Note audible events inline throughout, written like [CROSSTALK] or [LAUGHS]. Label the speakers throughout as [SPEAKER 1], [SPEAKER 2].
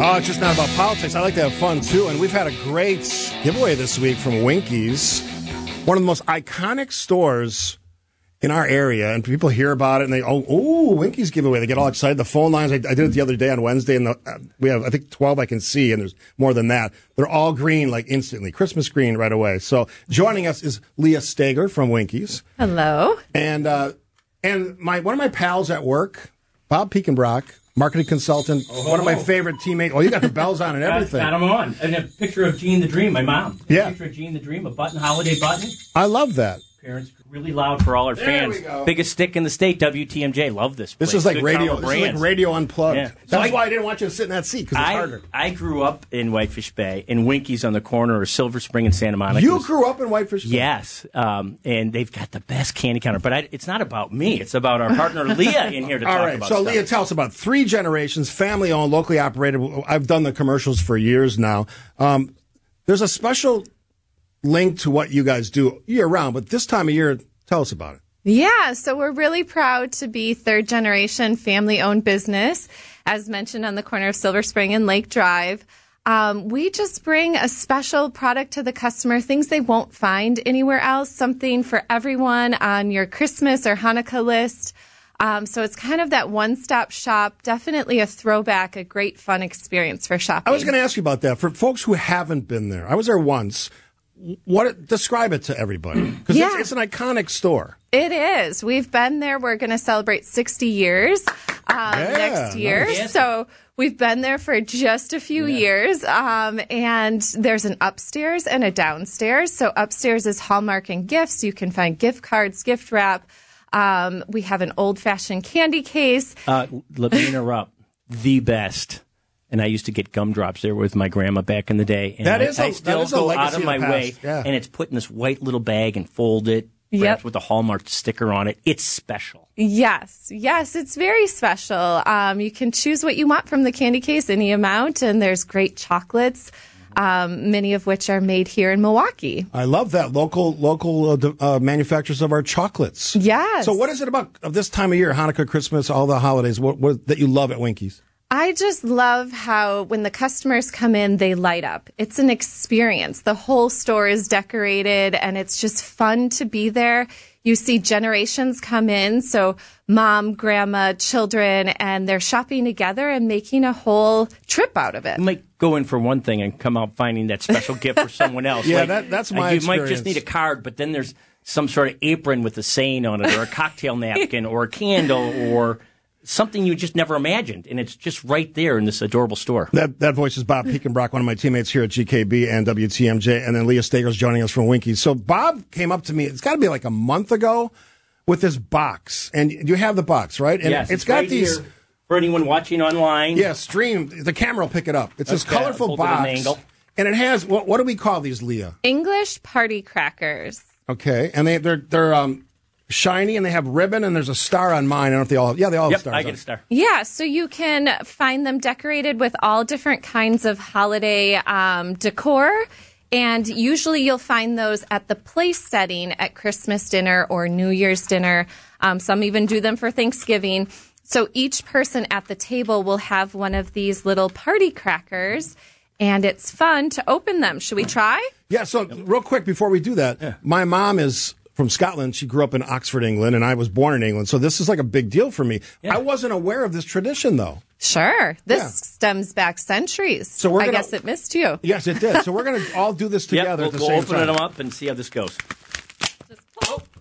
[SPEAKER 1] Oh, it's just not about politics. I like to have fun too, and we've had a great giveaway this week from Winkies, one of the most iconic stores in our area. And people hear about it, and they oh, oh, Winkies giveaway. They get all excited. The phone lines. I, I did it the other day on Wednesday, and the, uh, we have I think twelve I can see, and there's more than that. They're all green, like instantly, Christmas green right away. So joining us is Leah Stager from Winkies,
[SPEAKER 2] Hello.
[SPEAKER 1] and uh, and my one of my pals at work, Bob Pekenbrock. Marketing consultant, one of my favorite teammates. Oh, you
[SPEAKER 3] [LAUGHS]
[SPEAKER 1] got the bells on and everything.
[SPEAKER 3] Got 'em on. And a picture of Jean the Dream, my mom. A
[SPEAKER 1] Yeah.
[SPEAKER 3] picture of Jean the Dream, a button, holiday button.
[SPEAKER 1] I love that.
[SPEAKER 3] Parents really loud for all our fans.
[SPEAKER 1] we go.
[SPEAKER 3] Biggest stick in the state, WTMJ. Love this.
[SPEAKER 1] This
[SPEAKER 3] place.
[SPEAKER 1] is like
[SPEAKER 3] Good
[SPEAKER 1] radio.
[SPEAKER 3] combo
[SPEAKER 1] This is like
[SPEAKER 3] brands.
[SPEAKER 1] radio unplugged.
[SPEAKER 3] Yeah.
[SPEAKER 1] That's
[SPEAKER 3] So I-
[SPEAKER 1] why I didn't want you to sit in that seat because it's
[SPEAKER 3] I,
[SPEAKER 1] harder.
[SPEAKER 3] I grew up in Whitefish Bay, and Winkies on the corner, or Silver Spring in Santa Monica.
[SPEAKER 1] You
[SPEAKER 3] was-
[SPEAKER 1] grew up in Whitefish. Bay.
[SPEAKER 3] Yes, um, and they've got the best candy counter. But I, it's not about me; it's about our partner Leah in here
[SPEAKER 1] [LAUGHS]
[SPEAKER 3] to
[SPEAKER 1] All
[SPEAKER 3] talk
[SPEAKER 1] right.
[SPEAKER 3] about.
[SPEAKER 1] So,
[SPEAKER 3] stuff.
[SPEAKER 1] Leah, tell us about three generations, family owned, locally operated. I've done the commercials for years now. Um, there's a special link to what you guys do year round, but this time of year, tell us about it.
[SPEAKER 2] Yeah, so we're really proud to be third generation family owned business, as mentioned on the corner of Silver Spring and Lake Drive. Um, we just bring a special product to the customer, things they won't find anywhere else, something for everyone on your Christmas or Hanukkah list. Um, so it's kind of that one stop shop, definitely a throwback, a great fun experience for shopping.
[SPEAKER 1] I was going to ask you about that for folks who haven't been there. I was there once. What describe it to everybody because
[SPEAKER 2] Yeah.
[SPEAKER 1] it's, it's an iconic store.
[SPEAKER 2] It is. We've been there. We're going to celebrate 60 years um, next year.
[SPEAKER 3] nice.
[SPEAKER 2] So we've been there for just a few years. Um, and there's an upstairs and a downstairs. So upstairs is Hallmark and gifts. You can find gift cards, gift wrap. Um, we have an old fashioned candy case.
[SPEAKER 3] Uh, let me interrupt. the best. And I used to get gumdrops there with my grandma back in the day. And
[SPEAKER 1] That
[SPEAKER 3] I-
[SPEAKER 1] is a-
[SPEAKER 3] I still
[SPEAKER 1] that is a
[SPEAKER 3] go
[SPEAKER 1] legacy
[SPEAKER 3] out
[SPEAKER 1] of
[SPEAKER 3] of
[SPEAKER 1] the
[SPEAKER 3] my
[SPEAKER 1] past.
[SPEAKER 3] way.
[SPEAKER 1] Yeah.
[SPEAKER 3] And it's put in this white little bag and fold it,
[SPEAKER 2] Yep.
[SPEAKER 3] wrapped with a Hallmark sticker on it. It's special.
[SPEAKER 2] Yes, yes, it's very special. Um, you can choose what you want from the candy case, any amount, and there's great chocolates, um, many of which are made here in Milwaukee.
[SPEAKER 1] I love that local local uh, d- uh, manufacturers of our chocolates.
[SPEAKER 2] Yes.
[SPEAKER 1] So what is it about of this time of year, Hanukkah, Christmas, all the holidays, what, what that you love at Winkies?
[SPEAKER 2] I just love how when the customers come in, they light up. It's an experience. The whole store is decorated and it's just fun to be there. You see generations come in. So mom, grandma, children, and they're shopping together and making a whole trip out of it.
[SPEAKER 3] You might go in for one thing and come out finding that special gift for someone else. uh,
[SPEAKER 1] Yeah, that- that's my
[SPEAKER 3] You might just
[SPEAKER 1] experience.
[SPEAKER 3] need a card, but then there's some sort of apron with a saying on it, or a cocktail napkin, or a candle, or something you just never imagined. And it's just right there in this adorable store.
[SPEAKER 1] That that voice is Bob Pekenbrock, one of my teammates here at GKB and WTMJ, and then Leah Stager's joining us from Winkies. So Bob came up to me. It's got to be like a month ago with this box, and you have the box right, and
[SPEAKER 3] yes,
[SPEAKER 1] it's got
[SPEAKER 3] right
[SPEAKER 1] these.
[SPEAKER 3] here for anyone watching online.
[SPEAKER 1] Yeah, stream. The camera will pick it up. It's this
[SPEAKER 3] Okay, I'll
[SPEAKER 1] colorful
[SPEAKER 3] hold it at an
[SPEAKER 1] box,
[SPEAKER 3] angle.
[SPEAKER 1] and it has what, what do we call these, Leah?
[SPEAKER 2] English party crackers.
[SPEAKER 1] Okay, and they they're they're um shiny and they have ribbon and there's a star on mine. I don't know if they all have, yeah they all have
[SPEAKER 3] Yep,
[SPEAKER 1] stars.
[SPEAKER 3] I
[SPEAKER 1] on
[SPEAKER 3] get a
[SPEAKER 1] it. [LAUGHS]
[SPEAKER 3] star.
[SPEAKER 2] Yeah, so you can find them decorated with all different kinds of holiday um, decor. And usually you'll find those at the place setting at Christmas dinner or New Year's dinner. Um, some even do them for Thanksgiving. So each person at the table will have one of these little party crackers, and it's fun to open them. Should we try?
[SPEAKER 1] Yeah. So real quick before we do that, my mom is from Scotland. She grew up in Oxford, England, and I was born in England. So this is like a big deal for me. I wasn't aware of this tradition though.
[SPEAKER 2] Sure. This
[SPEAKER 1] Yeah.
[SPEAKER 2] stems back centuries.
[SPEAKER 1] So we're
[SPEAKER 2] I
[SPEAKER 1] gonna-
[SPEAKER 2] guess it missed you.
[SPEAKER 1] Yes, it did. So we're
[SPEAKER 3] [LAUGHS]
[SPEAKER 1] gonna all do this
[SPEAKER 3] Yep,
[SPEAKER 1] together
[SPEAKER 3] we'll,
[SPEAKER 1] at the
[SPEAKER 3] we'll
[SPEAKER 1] same
[SPEAKER 3] open
[SPEAKER 1] time.
[SPEAKER 3] them up and see how this goes.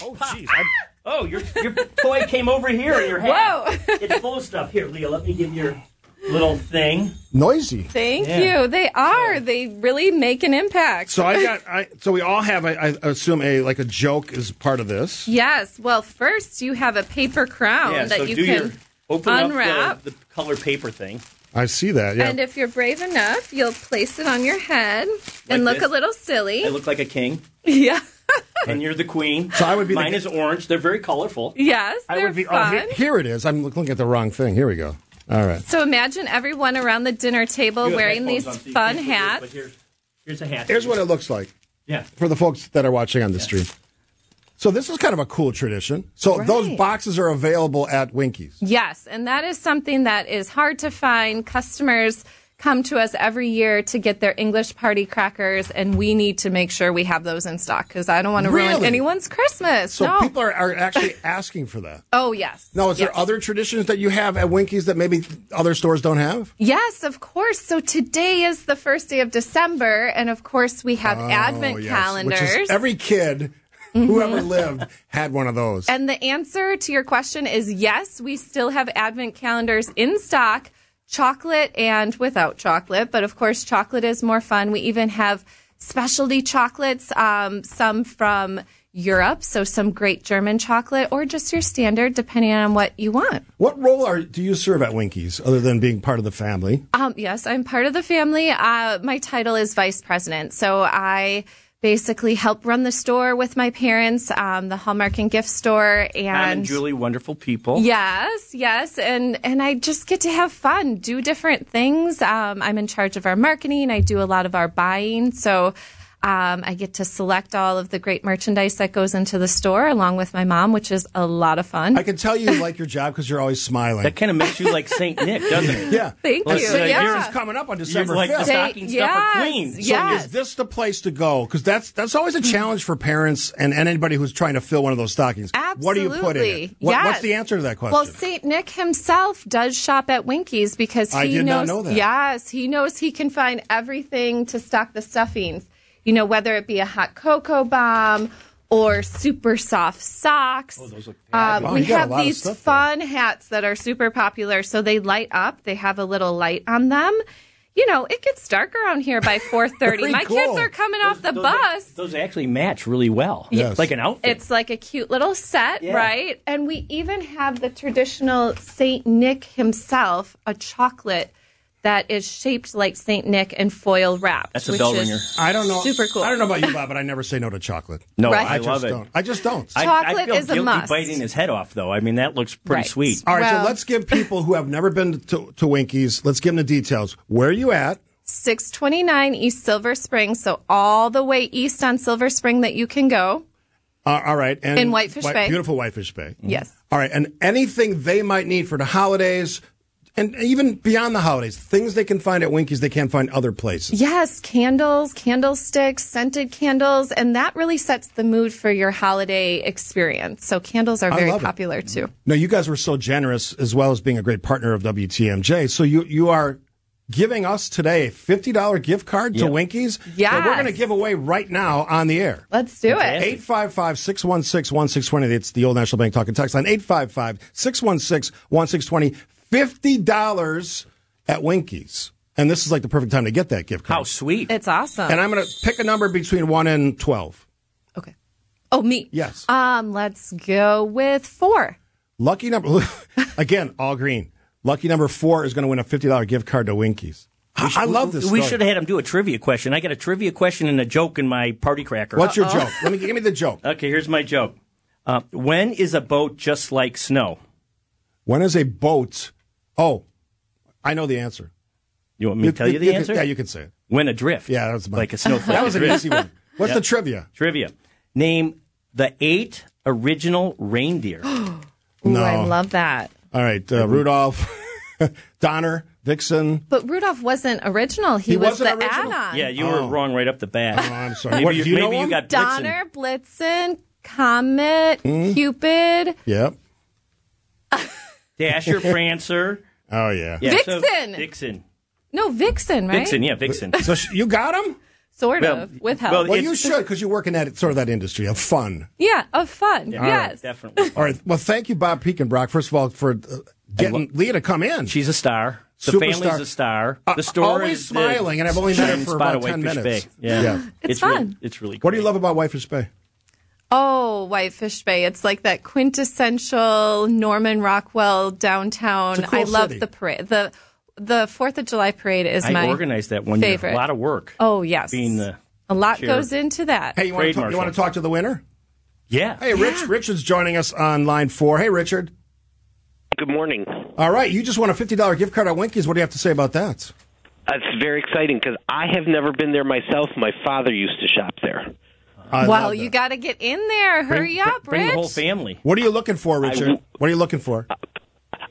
[SPEAKER 1] Oh jeez. I-
[SPEAKER 3] Oh, your your toy came over here in your hand.
[SPEAKER 2] Whoa.
[SPEAKER 3] [LAUGHS] it's full of stuff. Here, Leah, let me give you your little thing.
[SPEAKER 1] Noisy.
[SPEAKER 2] Thank
[SPEAKER 3] Yeah.
[SPEAKER 2] you. They are. They really make an impact.
[SPEAKER 1] So I got. I, so we all have. I, I assume a like a joke is part of this.
[SPEAKER 2] yes. Well, first you have a paper crown
[SPEAKER 3] yeah,
[SPEAKER 2] Um, that
[SPEAKER 3] so
[SPEAKER 2] you
[SPEAKER 3] do
[SPEAKER 2] can
[SPEAKER 3] your open
[SPEAKER 2] unwrap.
[SPEAKER 3] up the, the color paper thing.
[SPEAKER 1] I see that. Yeah.
[SPEAKER 2] And if you're brave enough, you'll place it on your head and
[SPEAKER 3] Like
[SPEAKER 2] look
[SPEAKER 3] this?
[SPEAKER 2] a little silly.
[SPEAKER 3] I look like a king,
[SPEAKER 2] [LAUGHS] yeah.
[SPEAKER 3] and you're the queen.
[SPEAKER 1] So I would be the
[SPEAKER 3] Mine
[SPEAKER 1] ki-
[SPEAKER 3] is orange. They're very colorful.
[SPEAKER 2] yes.
[SPEAKER 1] I
[SPEAKER 2] they're
[SPEAKER 1] would be.
[SPEAKER 2] fun.
[SPEAKER 1] Oh, here, here it is. I'm looking at the wrong thing. Here we go. All right.
[SPEAKER 2] so imagine everyone around the dinner table
[SPEAKER 3] You have
[SPEAKER 2] wearing
[SPEAKER 3] headphones
[SPEAKER 2] these
[SPEAKER 3] on, so you
[SPEAKER 2] fun
[SPEAKER 3] can't see this,
[SPEAKER 2] hats.
[SPEAKER 3] but here- here's a hat.
[SPEAKER 1] Here's what it looks like
[SPEAKER 3] Yeah.
[SPEAKER 1] for the folks that are watching on the stream. So this is kind of a cool tradition. So those
[SPEAKER 2] Right.
[SPEAKER 1] boxes are available at Winkies.
[SPEAKER 2] Yes, and that is something that is hard to find. Customers come to us every year to get their English party crackers, and we need to make sure we have those in stock because I don't want to ruin
[SPEAKER 1] Really?
[SPEAKER 2] anyone's Christmas.
[SPEAKER 1] So
[SPEAKER 2] no.
[SPEAKER 1] people are, are
[SPEAKER 2] [LAUGHS]
[SPEAKER 1] actually asking for that.
[SPEAKER 2] oh, yes.
[SPEAKER 1] Now, is
[SPEAKER 2] yes.
[SPEAKER 1] there other traditions that you have at Winkies that maybe other stores don't have?
[SPEAKER 2] Yes, of course. So today is the first day of December, and of course we have
[SPEAKER 1] Oh,
[SPEAKER 2] advent
[SPEAKER 1] yes.
[SPEAKER 2] calendars. Mm-hmm.
[SPEAKER 1] Which is every kid who ever
[SPEAKER 2] [LAUGHS]
[SPEAKER 1] lived had one of those.
[SPEAKER 2] and the answer to your question is yes, we still have advent calendars in stock, chocolate and without chocolate. But of course, chocolate is more fun. We even have specialty chocolates, um, some from Europe, so some great German chocolate, or just your standard, depending on what you want.
[SPEAKER 1] what role are do you serve at Winkies other than being part of the family?
[SPEAKER 2] Um, yes, I'm part of the family. Uh, my title is vice president. So I basically help run the store with my parents, um, the Hallmark and gift store. And
[SPEAKER 3] Tom and Julie, wonderful people.
[SPEAKER 2] Yes, yes, and and I just get to have fun, do different things. Um, I'm in charge of our marketing. I do a lot of our buying, so um, I get to select all of the great merchandise that goes into the store, along with my mom, which is a lot of fun.
[SPEAKER 1] I can tell you like your job because you're always smiling.
[SPEAKER 3] That kind of makes you like Saint Nick, doesn't it?
[SPEAKER 1] yeah.
[SPEAKER 2] Thank
[SPEAKER 3] Let's
[SPEAKER 2] you.
[SPEAKER 3] say
[SPEAKER 2] yeah.
[SPEAKER 3] yours
[SPEAKER 1] It's coming up on
[SPEAKER 3] You're
[SPEAKER 1] December
[SPEAKER 3] like the
[SPEAKER 1] 5th.
[SPEAKER 3] stocking stuffer
[SPEAKER 2] yes,
[SPEAKER 3] queen.
[SPEAKER 1] So
[SPEAKER 2] yes. Mm-hmm.
[SPEAKER 1] is this the place to go? Because that's that's always a challenge for parents and, and anybody who's trying to fill one of those stockings. What do you put in it?
[SPEAKER 2] Absolutely.
[SPEAKER 1] What,
[SPEAKER 2] Yes.
[SPEAKER 1] What's the answer to that question?
[SPEAKER 2] Well, Saint Nick himself does shop at Winkies because he
[SPEAKER 1] I did not
[SPEAKER 2] knows.
[SPEAKER 1] know that.
[SPEAKER 2] Yes, he knows he can find everything to stock the stuffings. You know, whether it be a hot cocoa bomb or super soft socks.
[SPEAKER 3] those look
[SPEAKER 1] Oh,
[SPEAKER 2] um,
[SPEAKER 1] fabulous. Wow,
[SPEAKER 2] we
[SPEAKER 1] you got a
[SPEAKER 2] have
[SPEAKER 1] lot of
[SPEAKER 2] these
[SPEAKER 1] stuff there.
[SPEAKER 2] fun hats that are super popular, so they light up. They have a little light on them. You know, it gets dark around
[SPEAKER 1] [LAUGHS]
[SPEAKER 2] here by four thirty.
[SPEAKER 1] Very
[SPEAKER 2] My kids
[SPEAKER 1] cool.
[SPEAKER 2] are coming off the
[SPEAKER 3] Those-
[SPEAKER 2] bus.
[SPEAKER 3] Those actually match really well.
[SPEAKER 1] Yes.
[SPEAKER 3] Like an outfit.
[SPEAKER 2] It's like a cute little set,
[SPEAKER 3] Yeah.
[SPEAKER 2] right? And we even have the traditional Saint Nick himself, a chocolate that is shaped like Saint Nick and foil wrapped.
[SPEAKER 3] That's a
[SPEAKER 2] which
[SPEAKER 3] bell
[SPEAKER 2] is
[SPEAKER 3] ringer.
[SPEAKER 1] I don't know.
[SPEAKER 2] Super cool.
[SPEAKER 1] I don't know about you, Bob, but I never say no to chocolate.
[SPEAKER 3] [LAUGHS] no,
[SPEAKER 2] Right.
[SPEAKER 3] I,
[SPEAKER 1] I,
[SPEAKER 3] love
[SPEAKER 1] just
[SPEAKER 3] it.
[SPEAKER 1] don't. I just don't.
[SPEAKER 3] I- I,
[SPEAKER 2] Chocolate
[SPEAKER 3] feel
[SPEAKER 2] is a
[SPEAKER 3] guilty
[SPEAKER 2] must.
[SPEAKER 3] biting his head off, though. I mean, that looks pretty
[SPEAKER 2] Right.
[SPEAKER 3] sweet.
[SPEAKER 1] All right,
[SPEAKER 2] Well-
[SPEAKER 1] so let's give people who have never been to, to Winkies, let's give them the details. Where are you at?
[SPEAKER 2] 629 East Silver Spring, so all the way east on Silver Spring that you can go.
[SPEAKER 3] Mm-hmm.
[SPEAKER 1] Uh, all right, and
[SPEAKER 2] In Whitefish Bay.
[SPEAKER 1] beautiful Whitefish Bay.
[SPEAKER 2] Yes.
[SPEAKER 1] All right, and anything they might need for the holidays, and even beyond the holidays, things they can find at Winkies they can't find other places.
[SPEAKER 2] Yes, candles, candlesticks, scented candles, and that really sets the mood for your holiday experience. So candles are very
[SPEAKER 1] love it.
[SPEAKER 2] popular too.
[SPEAKER 3] Mm-hmm.
[SPEAKER 1] No, you guys were so generous, as well as being a great partner of WTMJ. So you you are giving us today a fifty dollar gift card to
[SPEAKER 3] Yep.
[SPEAKER 1] Winkies. that we're
[SPEAKER 2] Yes.
[SPEAKER 1] going to give away right now on the air.
[SPEAKER 2] Let's do it.
[SPEAKER 1] 855 616 1620. It's the old National Bank talking text line. 855 616 1620. $50 at Winkies. And this is like the perfect time to get that gift card.
[SPEAKER 3] How sweet.
[SPEAKER 2] It's awesome.
[SPEAKER 1] And I'm going to pick a number between 1 and 12.
[SPEAKER 2] Okay. Oh, me.
[SPEAKER 1] Yes.
[SPEAKER 2] Um, let's go with four.
[SPEAKER 1] Lucky number, [LAUGHS] again, all green. Lucky number four is going to win a $50 gift card to Winkies. I, I love this.
[SPEAKER 3] We
[SPEAKER 1] story.
[SPEAKER 3] should have had him do a trivia question. I got a trivia question and a joke in my party cracker.
[SPEAKER 1] What's your joke? Let me give me the joke.
[SPEAKER 3] Okay, here's my joke. Uh, when is a boat just like snow?
[SPEAKER 1] When is a boat? Oh, I know the answer.
[SPEAKER 3] You want me to tell you the answer?
[SPEAKER 1] Yeah, you can say it.
[SPEAKER 3] When adrift.
[SPEAKER 1] Yeah, that was my-
[SPEAKER 3] like a snowflake.
[SPEAKER 1] [LAUGHS] That was an
[SPEAKER 3] adrift.
[SPEAKER 1] easy one. What's the trivia?
[SPEAKER 3] Trivia. Name the eight original
[SPEAKER 2] [GASPS]
[SPEAKER 3] reindeer. [GASPS]
[SPEAKER 2] Ooh,
[SPEAKER 1] No.
[SPEAKER 2] I love that.
[SPEAKER 1] All right, uh, Rudolph, [LAUGHS] Donner, Vixen.
[SPEAKER 2] But Rudolph wasn't original. He,
[SPEAKER 1] He
[SPEAKER 2] was the
[SPEAKER 1] wasn't original?
[SPEAKER 2] add-on.
[SPEAKER 3] yeah, you were wrong right up the bat.
[SPEAKER 1] Oh, I'm sorry.
[SPEAKER 3] Maybe
[SPEAKER 1] What,
[SPEAKER 3] you,
[SPEAKER 1] do you know
[SPEAKER 3] maybe
[SPEAKER 1] one?
[SPEAKER 3] you got Blitzen.
[SPEAKER 2] Donner, Blitzen, Comet,
[SPEAKER 1] Mm-hmm.
[SPEAKER 2] Cupid,
[SPEAKER 1] Yep.
[SPEAKER 2] [LAUGHS]
[SPEAKER 3] Dasher, Prancer.
[SPEAKER 1] Oh yeah.
[SPEAKER 3] Yeah, so-
[SPEAKER 2] Vixen.
[SPEAKER 3] Vixen.
[SPEAKER 2] no Vixen, right?
[SPEAKER 3] Vixen, yeah, Vixen.
[SPEAKER 1] So sh- you got him?
[SPEAKER 2] Sort
[SPEAKER 3] Well,
[SPEAKER 2] of with help.
[SPEAKER 3] well,
[SPEAKER 1] Well,
[SPEAKER 3] It's-
[SPEAKER 1] you should because you work in that sort of that industry of fun.
[SPEAKER 2] yeah, of fun. yes.
[SPEAKER 3] Definitely.
[SPEAKER 1] All right. Well, thank you, Bob Peakenbrock, first of all for uh, getting Leah to come in.
[SPEAKER 3] She's a star. The
[SPEAKER 1] Superstar.
[SPEAKER 3] family's a star.
[SPEAKER 1] Uh,
[SPEAKER 3] The store
[SPEAKER 1] always
[SPEAKER 3] is the
[SPEAKER 1] smiling, and I've only met her
[SPEAKER 3] shining
[SPEAKER 1] for about
[SPEAKER 3] spot of
[SPEAKER 1] 10
[SPEAKER 3] Whitefish
[SPEAKER 1] minutes.
[SPEAKER 3] Bay. Yeah.
[SPEAKER 1] Yeah.
[SPEAKER 2] It's
[SPEAKER 3] Really,
[SPEAKER 2] fun.
[SPEAKER 3] it's really
[SPEAKER 1] What do you
[SPEAKER 3] great.
[SPEAKER 1] love about Whitefish Bay?
[SPEAKER 2] Oh, Whitefish Bay. It's like that quintessential Norman Rockwell downtown.
[SPEAKER 1] It's a cool
[SPEAKER 2] I love
[SPEAKER 1] city.
[SPEAKER 2] the parade. The the Fourth of July parade is
[SPEAKER 3] I
[SPEAKER 2] my
[SPEAKER 3] organized that one
[SPEAKER 2] favorite.
[SPEAKER 3] year. A lot of work.
[SPEAKER 2] Oh yes.
[SPEAKER 3] Being the
[SPEAKER 2] a lot
[SPEAKER 3] chair.
[SPEAKER 2] goes into that.
[SPEAKER 1] Hey, you want
[SPEAKER 3] Trade
[SPEAKER 1] to
[SPEAKER 3] marshal.
[SPEAKER 1] talk, to the winner?
[SPEAKER 3] yeah.
[SPEAKER 1] Hey, Rich. Richard's joining us on line four. Hey, Richard.
[SPEAKER 4] Good morning.
[SPEAKER 1] All right, you just won a fifty dollar gift card at Winkies. What do you have to say about that?
[SPEAKER 4] That's very exciting because I have never been there myself. My father used to shop there.
[SPEAKER 1] I
[SPEAKER 2] well,
[SPEAKER 1] love
[SPEAKER 2] you
[SPEAKER 1] that.
[SPEAKER 2] got to get in there. Hurry
[SPEAKER 3] bring,
[SPEAKER 2] up,
[SPEAKER 3] bring
[SPEAKER 2] Rich.
[SPEAKER 3] the whole family.
[SPEAKER 1] What are you looking for, Richard?
[SPEAKER 4] w-
[SPEAKER 1] what are you looking for?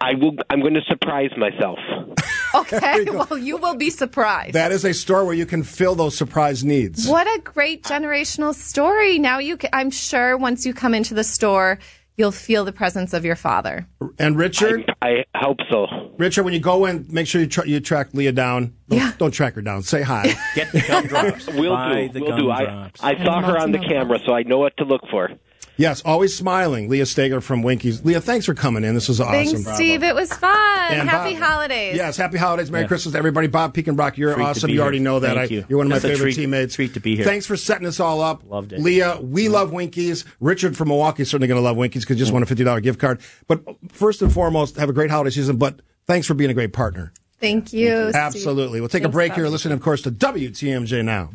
[SPEAKER 4] I will. I'm going to surprise myself.
[SPEAKER 2] [LAUGHS] Okay, well, you will be surprised.
[SPEAKER 1] That is a store where you can fill those surprise needs.
[SPEAKER 2] What a great generational story. Now you ca I'm sure once you come into the store, you'll feel the presence of your father.
[SPEAKER 1] And Richard,
[SPEAKER 4] I hope so.
[SPEAKER 1] Richard, when you go in, make sure you tra- you track Leah down. Don't,
[SPEAKER 2] Yeah.
[SPEAKER 1] don't track her down. Say
[SPEAKER 2] [LAUGHS]
[SPEAKER 1] hi.
[SPEAKER 3] Get the gumdrops.
[SPEAKER 4] We'll
[SPEAKER 3] Buy
[SPEAKER 4] do.
[SPEAKER 3] the
[SPEAKER 4] we'll do. I,
[SPEAKER 3] gumdrops.
[SPEAKER 4] I saw her on the
[SPEAKER 2] Multiple.
[SPEAKER 4] camera, so I know what to look for.
[SPEAKER 1] yes, always smiling. Leah Steger from Winkies. Leah, thanks for coming in. This was awesome.
[SPEAKER 2] Thanks,
[SPEAKER 1] Bravo.
[SPEAKER 2] Steve. It was fun.
[SPEAKER 1] And
[SPEAKER 2] Happy
[SPEAKER 1] Bob-
[SPEAKER 2] holidays.
[SPEAKER 1] Yes, happy holidays. Merry Christmas to everybody. Bob Pekenbrock, you're
[SPEAKER 3] Treat to
[SPEAKER 1] awesome.
[SPEAKER 3] be
[SPEAKER 1] You
[SPEAKER 3] here.
[SPEAKER 1] already know that.
[SPEAKER 3] Thank
[SPEAKER 1] I,
[SPEAKER 3] you.
[SPEAKER 1] are one of my
[SPEAKER 3] It's a
[SPEAKER 1] favorite
[SPEAKER 3] treat-
[SPEAKER 1] teammates.
[SPEAKER 3] treat to be here.
[SPEAKER 1] Thanks for setting this all up.
[SPEAKER 3] Loved it.
[SPEAKER 1] Leah, we love Winkies. Richard from Milwaukee is certainly going to love Winkies because just won a $50 gift card. But first and foremost, have a great holiday season. But thanks for being a great partner.
[SPEAKER 2] Thank you. Steve.
[SPEAKER 1] Absolutely. We'll take a
[SPEAKER 2] Feels
[SPEAKER 1] break
[SPEAKER 2] special.
[SPEAKER 1] here. Listen, of course, to WTMJ now.